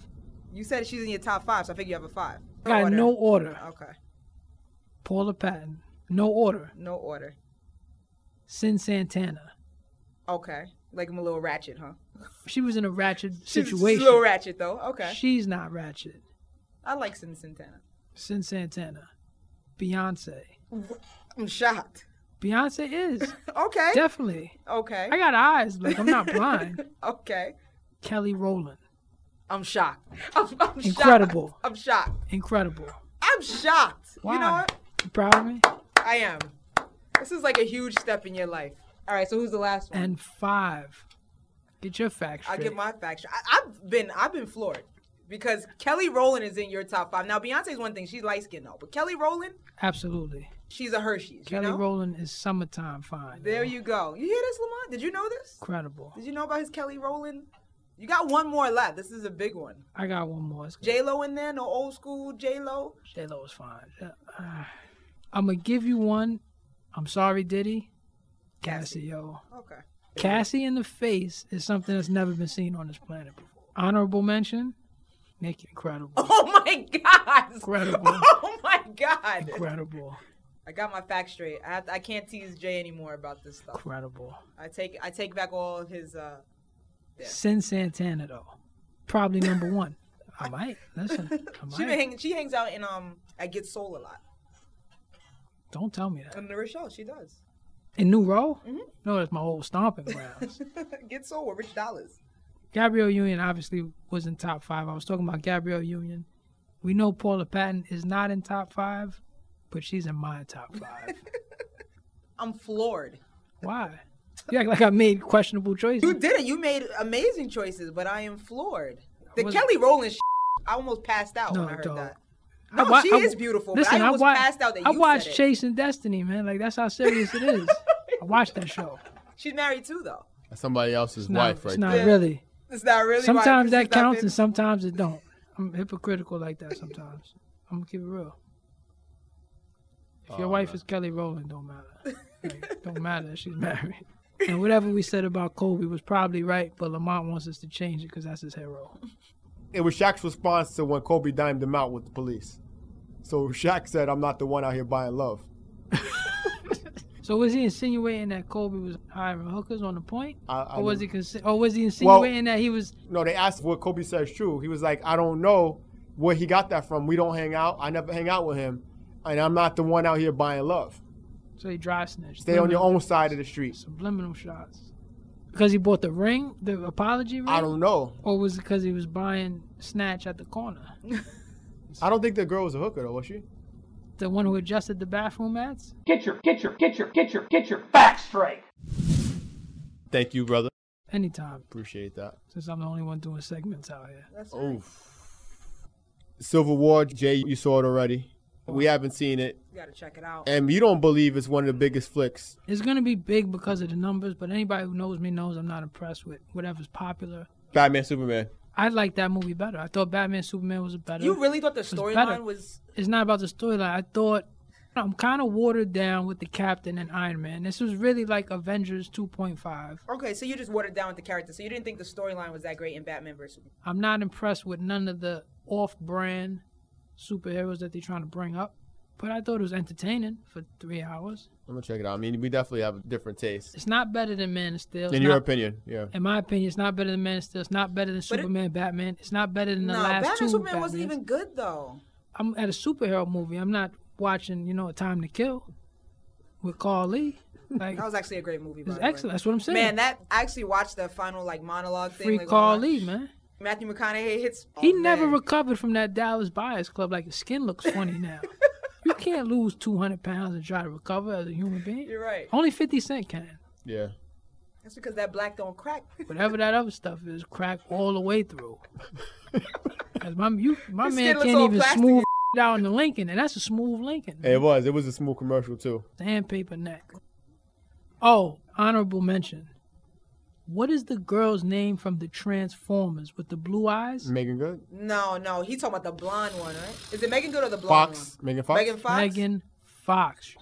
Speaker 9: You said she's in your top five, so I think you have a five.
Speaker 10: Got no order.
Speaker 9: Okay,
Speaker 10: Paula Patton, no order.
Speaker 9: no order.
Speaker 10: Sin Santana.
Speaker 9: Okay, like I'm a little ratchet, huh?
Speaker 10: She was in a ratchet
Speaker 9: She's- she's
Speaker 10: situation.
Speaker 9: a little ratchet though. Okay,
Speaker 10: She's not ratchet.
Speaker 9: I like Sin Santana.
Speaker 10: Sin Santana. Beyonce.
Speaker 9: I'm shocked.
Speaker 10: Beyonce is.
Speaker 9: Okay,
Speaker 10: Definitely.
Speaker 9: okay,
Speaker 10: I got eyes. Like, I'm not blind.
Speaker 9: okay.
Speaker 10: Kelly Rowland.
Speaker 9: I'm shocked. I'm, I'm shocked.
Speaker 10: Incredible.
Speaker 9: I'm shocked.
Speaker 10: Incredible.
Speaker 9: I'm shocked.
Speaker 10: Wow.
Speaker 9: You know what?
Speaker 10: You proud of me?
Speaker 9: I am. This is like a huge step in your life. All right, so who's the last one?
Speaker 10: And five. Get your facts
Speaker 9: I'll
Speaker 10: straight.
Speaker 9: give my fact. I, I've been I've been floored because Kelly Rowland is in your top five. Now Beyonce's one thing; she's light skinned though, but Kelly Rowland,
Speaker 10: Absolutely.
Speaker 9: she's a Hershey's.
Speaker 10: Kelly
Speaker 9: you know?
Speaker 10: Rowland is summertime fine.
Speaker 9: There you go. You hear this, Lamont? Did you know this?
Speaker 10: Incredible.
Speaker 9: Did you know about his Kelly Rowland? You got one more left. This is a big one.
Speaker 10: I got one more.
Speaker 9: J Lo in there, no old school J Lo.
Speaker 10: J Lo is fine. I'm gonna give you one. I'm sorry, Diddy. Cassie, yo.
Speaker 9: Okay.
Speaker 10: Cassie in the face is something that's never been seen on this planet before. Honorable mention, Nikki, incredible,
Speaker 9: Oh my God.
Speaker 10: incredible,
Speaker 9: Oh my God.
Speaker 10: incredible,
Speaker 9: I got my facts straight. I, have to- I can't tease Jay anymore about this stuff.
Speaker 10: incredible.
Speaker 9: I take I take back all of his. uh
Speaker 10: Sin Santana though, probably number one. I might listen. I
Speaker 9: She been
Speaker 10: might.
Speaker 9: hang, she hangs out in um at Get Soul a lot.
Speaker 10: Don't tell me that.
Speaker 9: In the Rochelle, she does.
Speaker 10: In New Row?
Speaker 9: Mm-hmm.
Speaker 10: No, that's my old stomping grounds.
Speaker 9: Get Soul with Rich Dollars.
Speaker 10: Gabrielle Union obviously was in top five. I was talking about Gabrielle Union. We know Paula Patton is not in top five, but she's in my top five.
Speaker 9: I'm floored.
Speaker 10: Why? You act like I made questionable
Speaker 9: You
Speaker 10: choices.
Speaker 9: did it. You made amazing choices, but I am floored. The
Speaker 10: Was-
Speaker 9: Kelly Rowland. Sh- I almost passed out
Speaker 10: No,
Speaker 9: when I heard
Speaker 10: dog.
Speaker 9: that.
Speaker 10: I
Speaker 9: No,
Speaker 10: wa-
Speaker 9: she
Speaker 10: I-
Speaker 9: is beautiful.
Speaker 10: Listen,
Speaker 9: but I
Speaker 10: I,
Speaker 9: almost
Speaker 10: wa-
Speaker 9: passed out that
Speaker 10: I
Speaker 9: you
Speaker 10: watched
Speaker 9: said it.
Speaker 10: Chase and Destiny, man. Like that's how serious it is. I watched that show.
Speaker 9: She's married too, though.
Speaker 8: That's somebody else's
Speaker 10: It's not,
Speaker 8: wife,
Speaker 10: it's
Speaker 8: right
Speaker 10: not
Speaker 8: there.
Speaker 10: really.
Speaker 9: Is that really? why
Speaker 10: Sometimes that
Speaker 9: Chrissy's not
Speaker 10: counts
Speaker 9: been-
Speaker 10: and sometimes it don't. I'm hypocritical like that sometimes. I'm gonna keep it real.
Speaker 8: Oh,
Speaker 10: If your wife is Kelly Rowland, don't matter. Like, don't matter that she's married. And whatever we said about Kobe was probably right, but Lamont wants us to change it because that's his hero.
Speaker 8: It was Shaq's response to when Kobe dimed him out with the police. So Shaq said, "I'm not the one out here buying love."
Speaker 10: So was he insinuating that Kobe was hiring hookers on the point,
Speaker 8: I- I
Speaker 10: or was he
Speaker 8: never-
Speaker 10: consi- or was he insinuating that he was
Speaker 8: No, they asked what Kobe says true. He was like, I don't know where he got that from. We don't hang out. I never hang out with him. And I'm not the one out here buying love.
Speaker 10: so he dry snitched?
Speaker 8: Stay on your own side of the street.
Speaker 10: subliminal shots because he bought the ring, the apology ring.
Speaker 8: I don't know.
Speaker 10: Or was it because he was buying snatch at the corner?
Speaker 8: I don't think the girl was a hooker though, was she?
Speaker 10: The one who adjusted the bathroom mats?
Speaker 6: Get your, get your, get your, get your, get your back straight.
Speaker 8: Thank you, brother.
Speaker 10: Anytime,
Speaker 8: Appreciate that.
Speaker 10: since I'm the only one doing segments out here.
Speaker 8: Civil War, Jay, you saw it already. We haven't seen it.
Speaker 9: You gotta check it out.
Speaker 8: And you don't believe it's one of the biggest flicks.
Speaker 10: It's gonna be big because of the numbers, but anybody who knows me knows I'm not impressed with whatever's popular.
Speaker 8: Batman Superman.
Speaker 10: I like that movie better. I thought Batman Superman was a better.
Speaker 9: You really thought the
Speaker 10: better.
Speaker 9: storyline was?
Speaker 10: it's not about the storyline. I thought I'm kind of watered down with the Captain and Iron Man. This was really like Avengers 2.5.
Speaker 9: Okay, so you just watered down with the character. So you didn't think the storyline was that great in Batman vs. Superman.
Speaker 10: I'm not impressed with none of the off-brand superheroes that they're trying to bring up. But I thought it was entertaining for three hours.
Speaker 8: I'm gonna check it out. I mean, we definitely have a different taste.
Speaker 10: It's not better than Man of Steel. It's
Speaker 8: In your
Speaker 10: not-
Speaker 8: opinion, yeah.
Speaker 10: In my opinion, it's not better than Man of Steel. It's not better than
Speaker 9: it-
Speaker 10: Superman, Batman. It's not better than the
Speaker 9: no,
Speaker 10: last
Speaker 9: Batman
Speaker 10: two.
Speaker 9: Superman wasn't
Speaker 10: Batmans.
Speaker 9: even good though.
Speaker 10: I'm at a superhero movie. I'm not watching, you know, A Time to Kill with Carl Lee. Like,
Speaker 9: That was actually a great movie. by
Speaker 10: it's
Speaker 9: the way.
Speaker 10: excellent. That's what I'm saying.
Speaker 9: Man, that I actually watched the final like monologue thing.
Speaker 10: Free
Speaker 9: like,
Speaker 10: Carl
Speaker 9: when,
Speaker 10: Lee, man.
Speaker 9: Matthew McConaughey hits.
Speaker 10: He
Speaker 9: oh,
Speaker 10: never
Speaker 9: man.
Speaker 10: recovered from that Dallas Buyers Club. Like his skin looks funny now. you can't lose 200 pounds and try to recover as a human being.
Speaker 9: You're right.
Speaker 10: Only 50 Cent can.
Speaker 8: Yeah.
Speaker 9: That's because that black don't crack.
Speaker 10: Whatever that other stuff is, crack all the way through. 'Cause my you, my
Speaker 9: His
Speaker 10: man
Speaker 9: skin looks
Speaker 10: can't
Speaker 9: all
Speaker 10: even
Speaker 9: plastic
Speaker 10: smooth it out in the Lincoln, and that's a smooth Lincoln.
Speaker 8: It was. It was a smooth commercial too.
Speaker 10: Sandpaper neck. Oh, honorable mention. What is the girl's name from the Transformers with the blue eyes?
Speaker 8: Megan Good.
Speaker 9: No, no, he talking about the blonde one, right? Is it Megan Good or the blonde
Speaker 8: Fox.
Speaker 9: one?
Speaker 8: Megan Fox.
Speaker 9: Megan Fox.
Speaker 10: Megan Fox.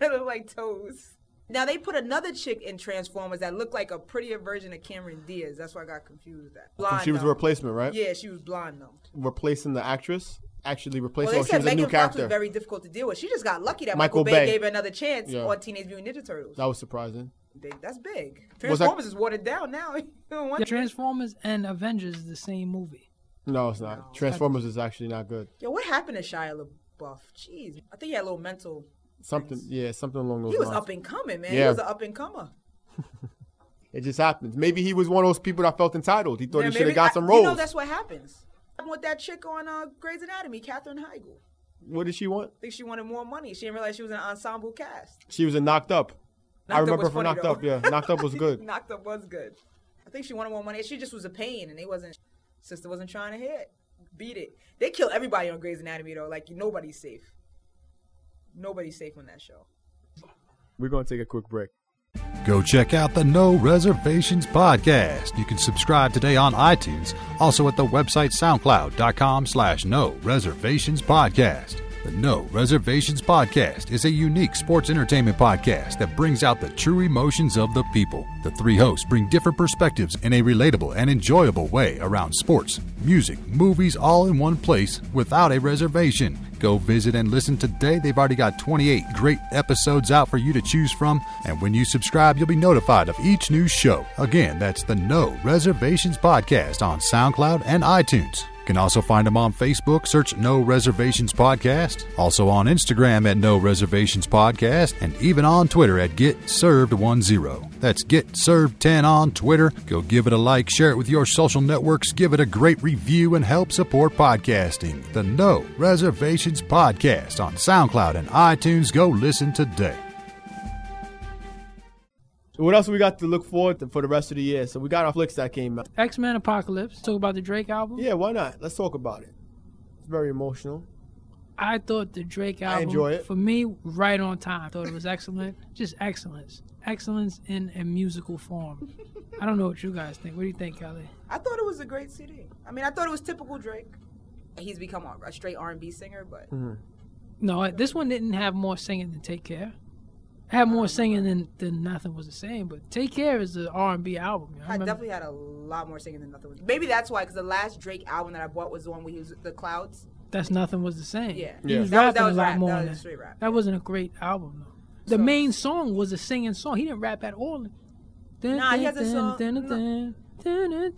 Speaker 9: They look like toes. Now they put another chick in Transformers that looked like a prettier version of Cameron Diaz. That's why I got confused. That blonde.
Speaker 8: She was a
Speaker 9: though.
Speaker 8: replacement, right?
Speaker 9: Yeah, she was blonde though.
Speaker 8: Replacing the actress. Actually
Speaker 9: Well,
Speaker 8: replacing.
Speaker 9: they
Speaker 8: oh, she
Speaker 9: said
Speaker 8: was a new
Speaker 9: Megan Fox
Speaker 8: character.
Speaker 9: was very difficult to deal with. She just got lucky that Michael,
Speaker 8: Michael
Speaker 9: Bay,
Speaker 8: Bay.
Speaker 9: gave her another chance
Speaker 8: Yeah.
Speaker 9: on Teenage Mutant Ninja Turtles.
Speaker 8: That was surprising.
Speaker 9: They- That's big.
Speaker 8: Was that-
Speaker 9: Transformers is watered down now. You don't want-
Speaker 10: Transformers and Avengers is the same movie.
Speaker 8: No, it's not. Transformers is actually not good.
Speaker 9: Yo, what happened to Shia LaBeouf? Jeez, I think he had a little mental.
Speaker 8: Something. Yeah, something along those
Speaker 9: He was
Speaker 8: lines.
Speaker 9: up and coming, man.
Speaker 8: Yeah.
Speaker 9: He was an up and comer.
Speaker 8: It just happens. Maybe he was one of those people that felt entitled. He thought
Speaker 9: Man,
Speaker 8: he should
Speaker 9: maybe-
Speaker 8: have got
Speaker 9: I-
Speaker 8: some roles.
Speaker 9: You know that's what happens. Happened With that chick on uh, Grey's Anatomy, Katherine Heigl.
Speaker 8: what did she want?
Speaker 9: think she wanted more money. She didn't realize she was an ensemble cast.
Speaker 8: She was in Knocked Up. I
Speaker 9: Knocked Up
Speaker 8: remember
Speaker 9: was
Speaker 8: her from
Speaker 9: funny,
Speaker 8: Knocked
Speaker 9: though.
Speaker 8: Up. Yeah, Knocked Up was good.
Speaker 9: Knocked up was good. I think she wanted more money. She just was a pain, and they wasn't. Sister wasn't trying to hit. Beat it. They kill everybody on Grey's Anatomy though. Like nobody's safe. Nobody's safe on that show.
Speaker 8: We're gonna take a quick break.
Speaker 4: Go check out the No Reservations podcast. You can subscribe today on iTunes, also at the website soundcloud.com slash No Reservations Podcast. The No Reservations Podcast is a unique sports entertainment podcast that brings out the true emotions of the people. The three hosts bring different perspectives in a relatable and enjoyable way around sports, music, movies, all in one place without a reservation. Go visit and listen today. They've already got 28 great episodes out for you to choose from. And when you subscribe, you'll be notified of each new show. Again, that's the No Reservations Podcast on SoundCloud and iTunes. You can also find them on Facebook. Search No Reservations Podcast. Also on Instagram at No Reservations Podcast. And even on Twitter at Get Served 10. That's Get Served 10 on Twitter. Go give it a like, share it with your social networks, give it a great review, and help support podcasting. The No Reservations Podcast on SoundCloud and iTunes. Go listen today.
Speaker 8: So what else we got to look forward to for the rest of the year? So we got our flicks that came out.
Speaker 10: X Men Apocalypse. Talk about the Drake album.
Speaker 8: Yeah, why not? Let's talk about it. It's very emotional.
Speaker 10: I thought the Drake album
Speaker 8: enjoy it.
Speaker 10: for me right on time. Thought it was excellent. Just excellence. Excellence in a musical form. I don't know what you guys think. What do you think, Kelly?
Speaker 9: I thought it was a great CD. I mean, I thought it was typical Drake. He's become a, a straight R&B singer, but
Speaker 8: Mm-hmm.
Speaker 10: No, I- this one didn't have more singing than Take Care. It had more singing than, than Nothing Was the Same, but Take Care is the R and B album. you know? I
Speaker 9: I
Speaker 10: remember-
Speaker 9: definitely had a lot more singing than nothing. Was. Maybe that's why, because the last Drake album that I bought was the one where he was with the clouds.
Speaker 10: That's Nothing Was the Same.
Speaker 9: Yeah.
Speaker 10: he
Speaker 8: Yeah.
Speaker 10: was
Speaker 9: That was-
Speaker 10: rapping
Speaker 9: that was
Speaker 10: a lot
Speaker 9: rap. That
Speaker 10: more.
Speaker 9: was
Speaker 10: than-
Speaker 9: straight rap,
Speaker 10: That wasn't a great album though. The
Speaker 9: So-
Speaker 10: main song was a singing song. He didn't rap at all.
Speaker 9: Nah, he has a song- no.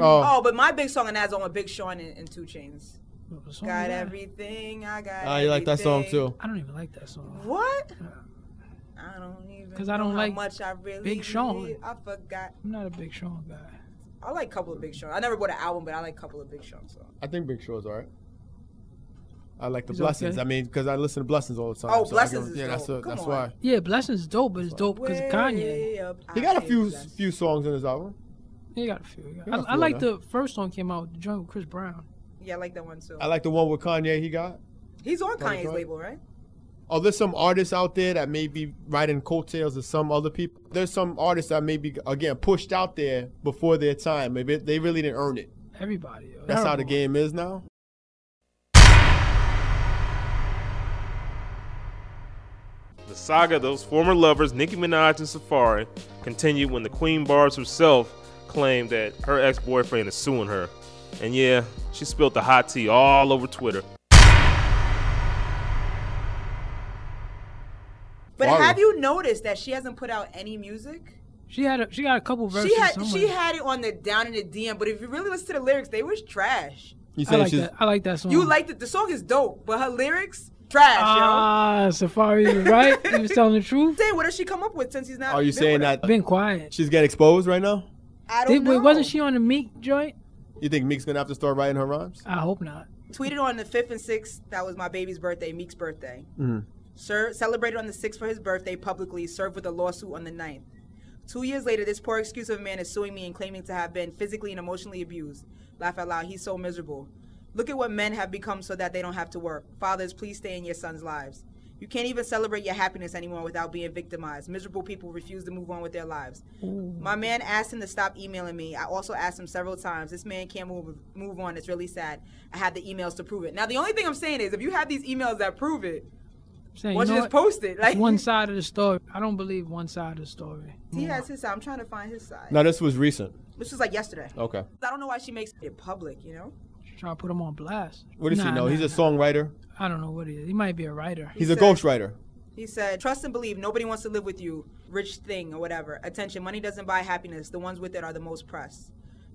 Speaker 8: Oh,
Speaker 9: Oh, but my big song and that's on with Big Sean and, and Two Chains.
Speaker 10: What
Speaker 8: Oh,
Speaker 10: song was
Speaker 9: Got
Speaker 10: that?
Speaker 9: everything I got.
Speaker 8: I Ah, like that song
Speaker 9: everything.
Speaker 8: too.
Speaker 10: I don't even like that song.
Speaker 9: What? I don't even.
Speaker 10: 'Cause I don't
Speaker 9: know
Speaker 10: like
Speaker 9: how much I really.
Speaker 10: Big Sean.
Speaker 9: need. I forgot.
Speaker 10: I'm not a Big Sean guy.
Speaker 9: I like a couple of Big Sean. I never bought an album, but I like a couple of Big Sean songs.
Speaker 8: I think Big Show's alright. I like the
Speaker 10: He's
Speaker 8: blessings.
Speaker 10: okay.
Speaker 8: I mean, because I listen to blessings all the time.
Speaker 9: Oh,
Speaker 8: I
Speaker 9: Blessings
Speaker 8: give-
Speaker 9: is
Speaker 8: yeah, that's
Speaker 9: dope.
Speaker 8: a,
Speaker 9: Come
Speaker 8: that's
Speaker 9: on.
Speaker 8: why
Speaker 10: Yeah, Blessings dope, but it's dope because Kanye.
Speaker 9: Way up,
Speaker 8: he
Speaker 9: I
Speaker 8: got a
Speaker 9: hate
Speaker 8: few
Speaker 9: that.
Speaker 8: few songs in his album.
Speaker 10: He got a few. yeah.
Speaker 8: got a few
Speaker 10: I, I
Speaker 8: of
Speaker 10: like the
Speaker 8: them.
Speaker 10: first song came out, the joint with Chris Brown.
Speaker 9: Yeah, I like that one too.
Speaker 8: I like the one with Kanye. He got.
Speaker 9: He's on
Speaker 8: Probably
Speaker 9: Kanye's
Speaker 8: right.
Speaker 9: label, right?
Speaker 8: Oh, there's some artists out there that may be riding coattails of some other people. There's some artists that may be again pushed out there before their time. Maybe they really didn't earn it.
Speaker 10: Everybody. yo.
Speaker 8: That's how the
Speaker 10: Terrible.
Speaker 8: game is now.
Speaker 11: The saga of those former lovers, Nicki Minaj and Safari, continued when the Queen Barbs herself claimed that her ex boyfriend is suing her. And yeah, she spilled the hot tea all over Twitter.
Speaker 9: But
Speaker 8: Why?
Speaker 9: have you noticed that she hasn't put out any music?
Speaker 10: She had a, she got a couple verses.
Speaker 9: She had she
Speaker 10: somewhere.
Speaker 9: had it on the down in the DM, but if you really listen to the lyrics, they was trash.
Speaker 8: You
Speaker 10: I
Speaker 8: saying
Speaker 10: like
Speaker 8: she's
Speaker 10: that. I like that song.
Speaker 9: You liked it. The song is dope, but her lyrics trash, yo.
Speaker 10: Ah, Safari was right. he was telling the truth.
Speaker 9: Say, what does she come up with since he's not?
Speaker 8: Are you
Speaker 9: been with
Speaker 8: saying
Speaker 9: her?
Speaker 8: that
Speaker 10: Been quiet.
Speaker 8: she's getting exposed right now?
Speaker 9: I don't
Speaker 10: Did,
Speaker 9: know.
Speaker 10: wait, wasn't she on the Meek joint?
Speaker 8: You think Meek's gonna have to start writing her rhymes?
Speaker 10: I hope not.
Speaker 9: tweeted on the fifth and sixth? That was my baby's birthday, Meek's birthday. Sir celebrated on the sixth for his birthday publicly. Served with a lawsuit on the 9th. Two years later, this poor excuse of a man is suing me and claiming to have been physically and emotionally abused. Laugh out loud. He's so miserable. Look at what men have become so that they don't have to work. Fathers, please stay in your sons' lives. You can't even celebrate your happiness anymore without being victimized. Miserable people refuse to move on with their lives. My man asked him to stop emailing me. I also asked him several times. This man can't move move on. It's really sad. I have the emails to prove it. Now the only thing I'm saying is if you have these emails that prove it,
Speaker 10: Saying,
Speaker 9: Why don't you
Speaker 10: know
Speaker 9: just
Speaker 10: what?
Speaker 9: post it?
Speaker 10: It's
Speaker 9: Like-
Speaker 10: one side of the story. I don't believe one side of the story.
Speaker 9: he has his side. I'm trying to find his side.
Speaker 8: Now this was recent.
Speaker 9: This was like yesterday.
Speaker 8: Okay.
Speaker 9: I don't know why she makes it public, you know?
Speaker 10: Try to put him on blast.
Speaker 8: What does he
Speaker 10: Nah,
Speaker 8: know?
Speaker 10: nah,
Speaker 8: He's a
Speaker 10: nah.
Speaker 8: songwriter.
Speaker 10: I don't know what he is. He might be a writer.
Speaker 8: He's a ghostwriter.
Speaker 9: He said, Trust and believe. Nobody wants to live with you. Rich thing or whatever. Attention, money doesn't buy happiness. The ones with it are the most pressed.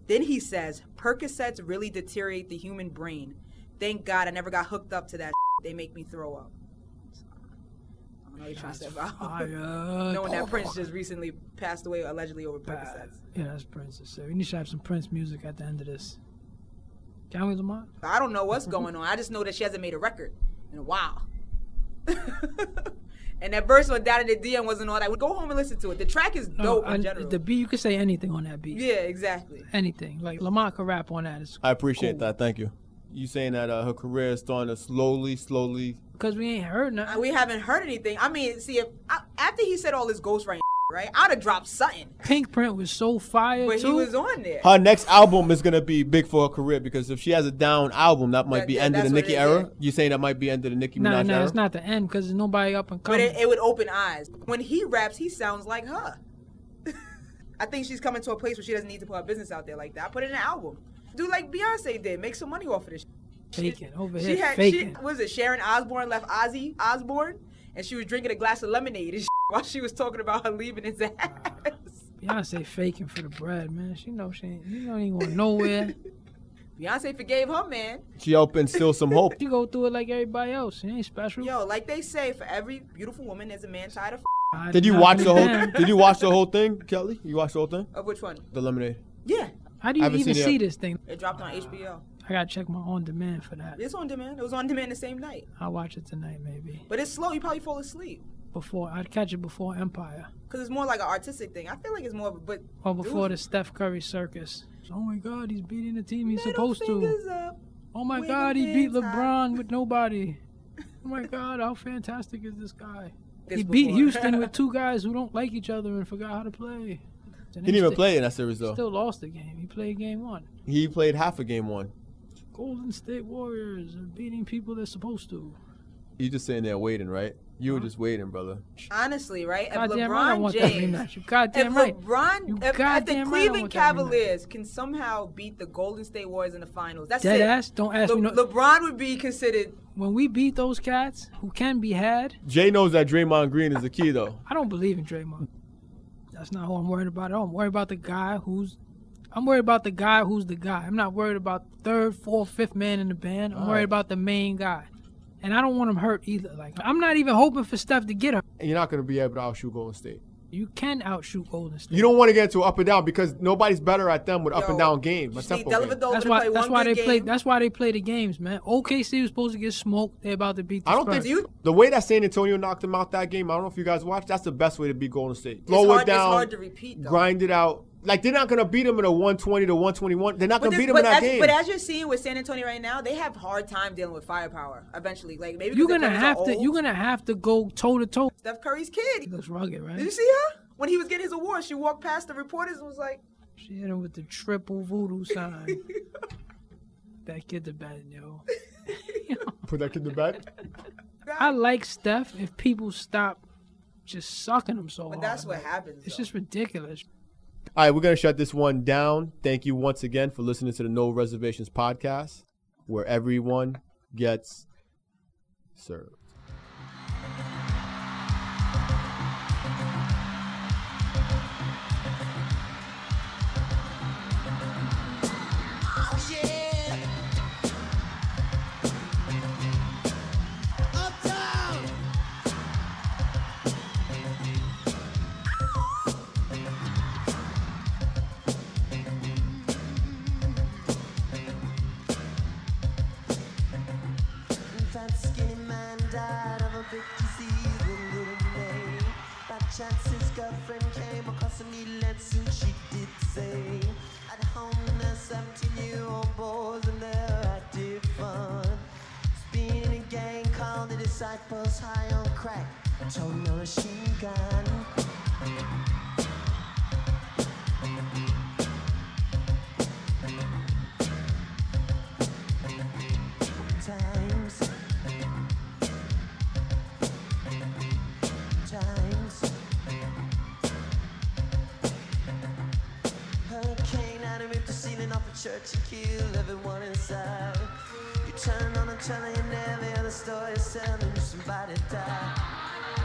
Speaker 9: Then he says, Percocets really deteriorate the human brain. Thank God I never got hooked up to that. They make me throw up. I don't know what you're trying to say about.
Speaker 10: uh,
Speaker 9: Knowing that Prince just recently passed away allegedly over Percocets.
Speaker 10: Yeah, that's Prince. So we need to have some Prince music at the end of this. Can we, Lamont?
Speaker 9: I don't know what's going on. I just know that she hasn't made a record in a while. and that verse on Down in the DM wasn't all that. Go home and listen to it. The track is
Speaker 10: No,
Speaker 9: dope
Speaker 10: I-
Speaker 9: in general.
Speaker 10: the beat, you could say anything on that beat.
Speaker 9: Yeah, exactly.
Speaker 10: Anything. Like Lamont could rap on that. It's
Speaker 8: I appreciate that. Thank you. You saying that uh, her career is starting to slowly, slowly.
Speaker 10: Because we ain't heard nothing.
Speaker 9: We haven't heard anything. I mean, see, if I, after he said all this ghostwriting, right, I'd have dropped something.
Speaker 10: Pink Print was so fire
Speaker 9: But
Speaker 10: too.
Speaker 9: he was on there.
Speaker 8: Her next album is gonna be big for her career because if she has a down album, that might
Speaker 9: That-
Speaker 8: be
Speaker 9: that-
Speaker 8: end of the
Speaker 9: that's what
Speaker 8: Nicki
Speaker 9: it is,
Speaker 8: era. You saying that might be end of the Nicki Minaj
Speaker 10: Nah, nah,
Speaker 8: era?
Speaker 10: it's not the end because there's nobody up and
Speaker 9: But
Speaker 10: coming.
Speaker 9: it, it would open eyes. When he raps, he sounds like her. I think she's coming to a place where she doesn't need to put her business out there like that. Put it in an album. Do like Beyonce did. Make some money off of this.
Speaker 10: faking over
Speaker 9: She
Speaker 10: here,
Speaker 9: had she
Speaker 10: faking.
Speaker 9: what was it Sharon Osbourne left Ozzy Osbourne and she was drinking a glass of lemonade and while she was talking about her leaving his ass.
Speaker 10: Beyonce faking for the bread, man. She know she ain't. You don't even want nowhere.
Speaker 9: Beyonce forgave her man.
Speaker 8: She up and still some hope.
Speaker 10: She go through it like everybody else. She ain't special.
Speaker 9: Yo, like they say, for every beautiful woman, there's a man tired of.
Speaker 10: I
Speaker 8: Did you
Speaker 10: not
Speaker 8: watch the whole?
Speaker 10: understand.
Speaker 8: Did you watch the whole thing, Kelly? You watched the whole thing?
Speaker 9: Of which one?
Speaker 8: The Lemonade.
Speaker 9: Yeah.
Speaker 10: How do you
Speaker 8: Haven't
Speaker 10: even
Speaker 8: seen it
Speaker 10: see
Speaker 8: yet.
Speaker 10: this thing?
Speaker 9: It dropped on HBO.
Speaker 10: I gotta check my on demand for that.
Speaker 9: It's on demand. It was on demand the same night.
Speaker 10: I'll watch it tonight maybe.
Speaker 9: But it's slow. You probably fall asleep
Speaker 10: Before I'd catch it before Empire
Speaker 9: because it's more like an artistic thing. I feel like it's more of a but.
Speaker 10: or Oh, before
Speaker 9: dude,
Speaker 10: the Steph Curry circus. Oh my God, he's beating the team he's
Speaker 9: middle
Speaker 10: supposed to.
Speaker 9: fingers up.
Speaker 10: Oh my
Speaker 9: wiggle
Speaker 10: God, he beat
Speaker 9: fence
Speaker 10: LeBron with nobody. Oh my God, how fantastic is this guy?
Speaker 9: This
Speaker 10: he beat
Speaker 9: before.
Speaker 10: Houston with two guys who don't like each other and forgot how to play. He
Speaker 8: He didn't even play in that series though.
Speaker 10: Still lost the game. He played game one.
Speaker 8: He played half a game one.
Speaker 10: Golden State Warriors are beating people they're supposed to.
Speaker 8: You just sitting there waiting, right? You were just waiting, brother.
Speaker 9: Honestly, right? If
Speaker 10: Goddamn right, I
Speaker 9: LeBron
Speaker 10: want
Speaker 9: James.
Speaker 10: that rematch. You goddamn
Speaker 9: if
Speaker 10: right.
Speaker 9: LeBron,
Speaker 10: You
Speaker 9: if- if, the
Speaker 10: goddamn right I
Speaker 9: Cleveland
Speaker 10: want that rematch.
Speaker 9: Cavaliers can somehow beat the Golden State Warriors in the finals, that's
Speaker 10: Dead
Speaker 9: it.
Speaker 10: ass, don't ask
Speaker 9: Le-
Speaker 10: me no-
Speaker 9: LeBron would be considered.
Speaker 10: When we beat those cats who can be had,
Speaker 8: Jay knows that Draymond Green is the key though.
Speaker 10: I don't believe in Draymond. That's not who I'm worried about. at all. I'm worried about the guy who's. I'm worried about the guy who's the guy. I'm not worried about third, fourth, fifth man in the band. I'm
Speaker 8: All
Speaker 10: worried
Speaker 8: right.
Speaker 10: about the main guy, and I don't want him hurt either. Like I'm not even hoping for Steph to get hurt.
Speaker 8: And you're not gonna be able to outshoot Golden State.
Speaker 10: You can outshoot Golden State.
Speaker 8: You don't want to get into up and down because nobody's better at them with up and
Speaker 9: Yo,
Speaker 8: down game. a
Speaker 9: see,
Speaker 8: tempo
Speaker 9: Della
Speaker 8: game.
Speaker 9: Vadova
Speaker 10: That's
Speaker 9: to
Speaker 10: why.
Speaker 9: play
Speaker 10: That's
Speaker 9: one
Speaker 10: why they
Speaker 9: good
Speaker 10: play.
Speaker 9: game.
Speaker 10: That's why they play the games, man. OKC was supposed to get smoked. They're about to beat. The
Speaker 8: I don't think
Speaker 10: Spurs.
Speaker 9: you-
Speaker 8: the way that San Antonio knocked them out that game. I don't know if you guys watched. That's the best way to beat Golden State. Slow
Speaker 9: hard-
Speaker 8: it
Speaker 9: it's
Speaker 8: down,
Speaker 9: hard to repeat, though.
Speaker 8: grind it out. Like they're not gonna beat them in a one twenty to one twenty one. They're not
Speaker 9: But,
Speaker 8: gonna
Speaker 9: this-
Speaker 8: beat them
Speaker 9: but
Speaker 8: in that
Speaker 9: as,
Speaker 8: game.
Speaker 9: but as you're seeing with San Antonio right now, they have hard time dealing with firepower. Eventually, like maybe
Speaker 10: You're
Speaker 9: because their
Speaker 10: gonna
Speaker 9: players are
Speaker 10: have to.
Speaker 9: old.
Speaker 10: You're gonna have to go toe to toe.
Speaker 9: Steph Curry's
Speaker 10: He
Speaker 9: kid.
Speaker 10: looks rugged, right?
Speaker 9: Did you see her when he was getting his award? She walked past the reporters and was like,
Speaker 10: She hit him with the triple voodoo sign. that kid to bed, yo.
Speaker 8: Put that kid to bed.
Speaker 10: I like Steph if people stop just sucking him so
Speaker 9: "But
Speaker 10: hard.
Speaker 9: that's what
Speaker 10: like,
Speaker 9: happens."
Speaker 10: It's
Speaker 9: though.
Speaker 10: just ridiculous.
Speaker 8: All right, we're gonna shut this one down. Thank you once again for listening to the No Reservations podcast, where everyone gets served.
Speaker 12: Fat skinny man down.
Speaker 10: minutes, she did say, At home, there's 17 year old boys and they're active fun. Being in a gang called the Disciples High on Crack, toting on a machine gun. Times, times. Hurricane out ripped the ceiling off a church and killed everyone inside. You turn on the telly and every other story is telling you somebody died.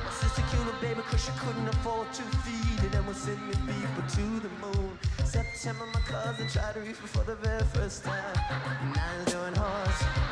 Speaker 10: My sister killed her baby cause she couldn't afford to feed it and was sending people to the moon. September, my cousin tried to reach me for the very first time. Now he's doing horse.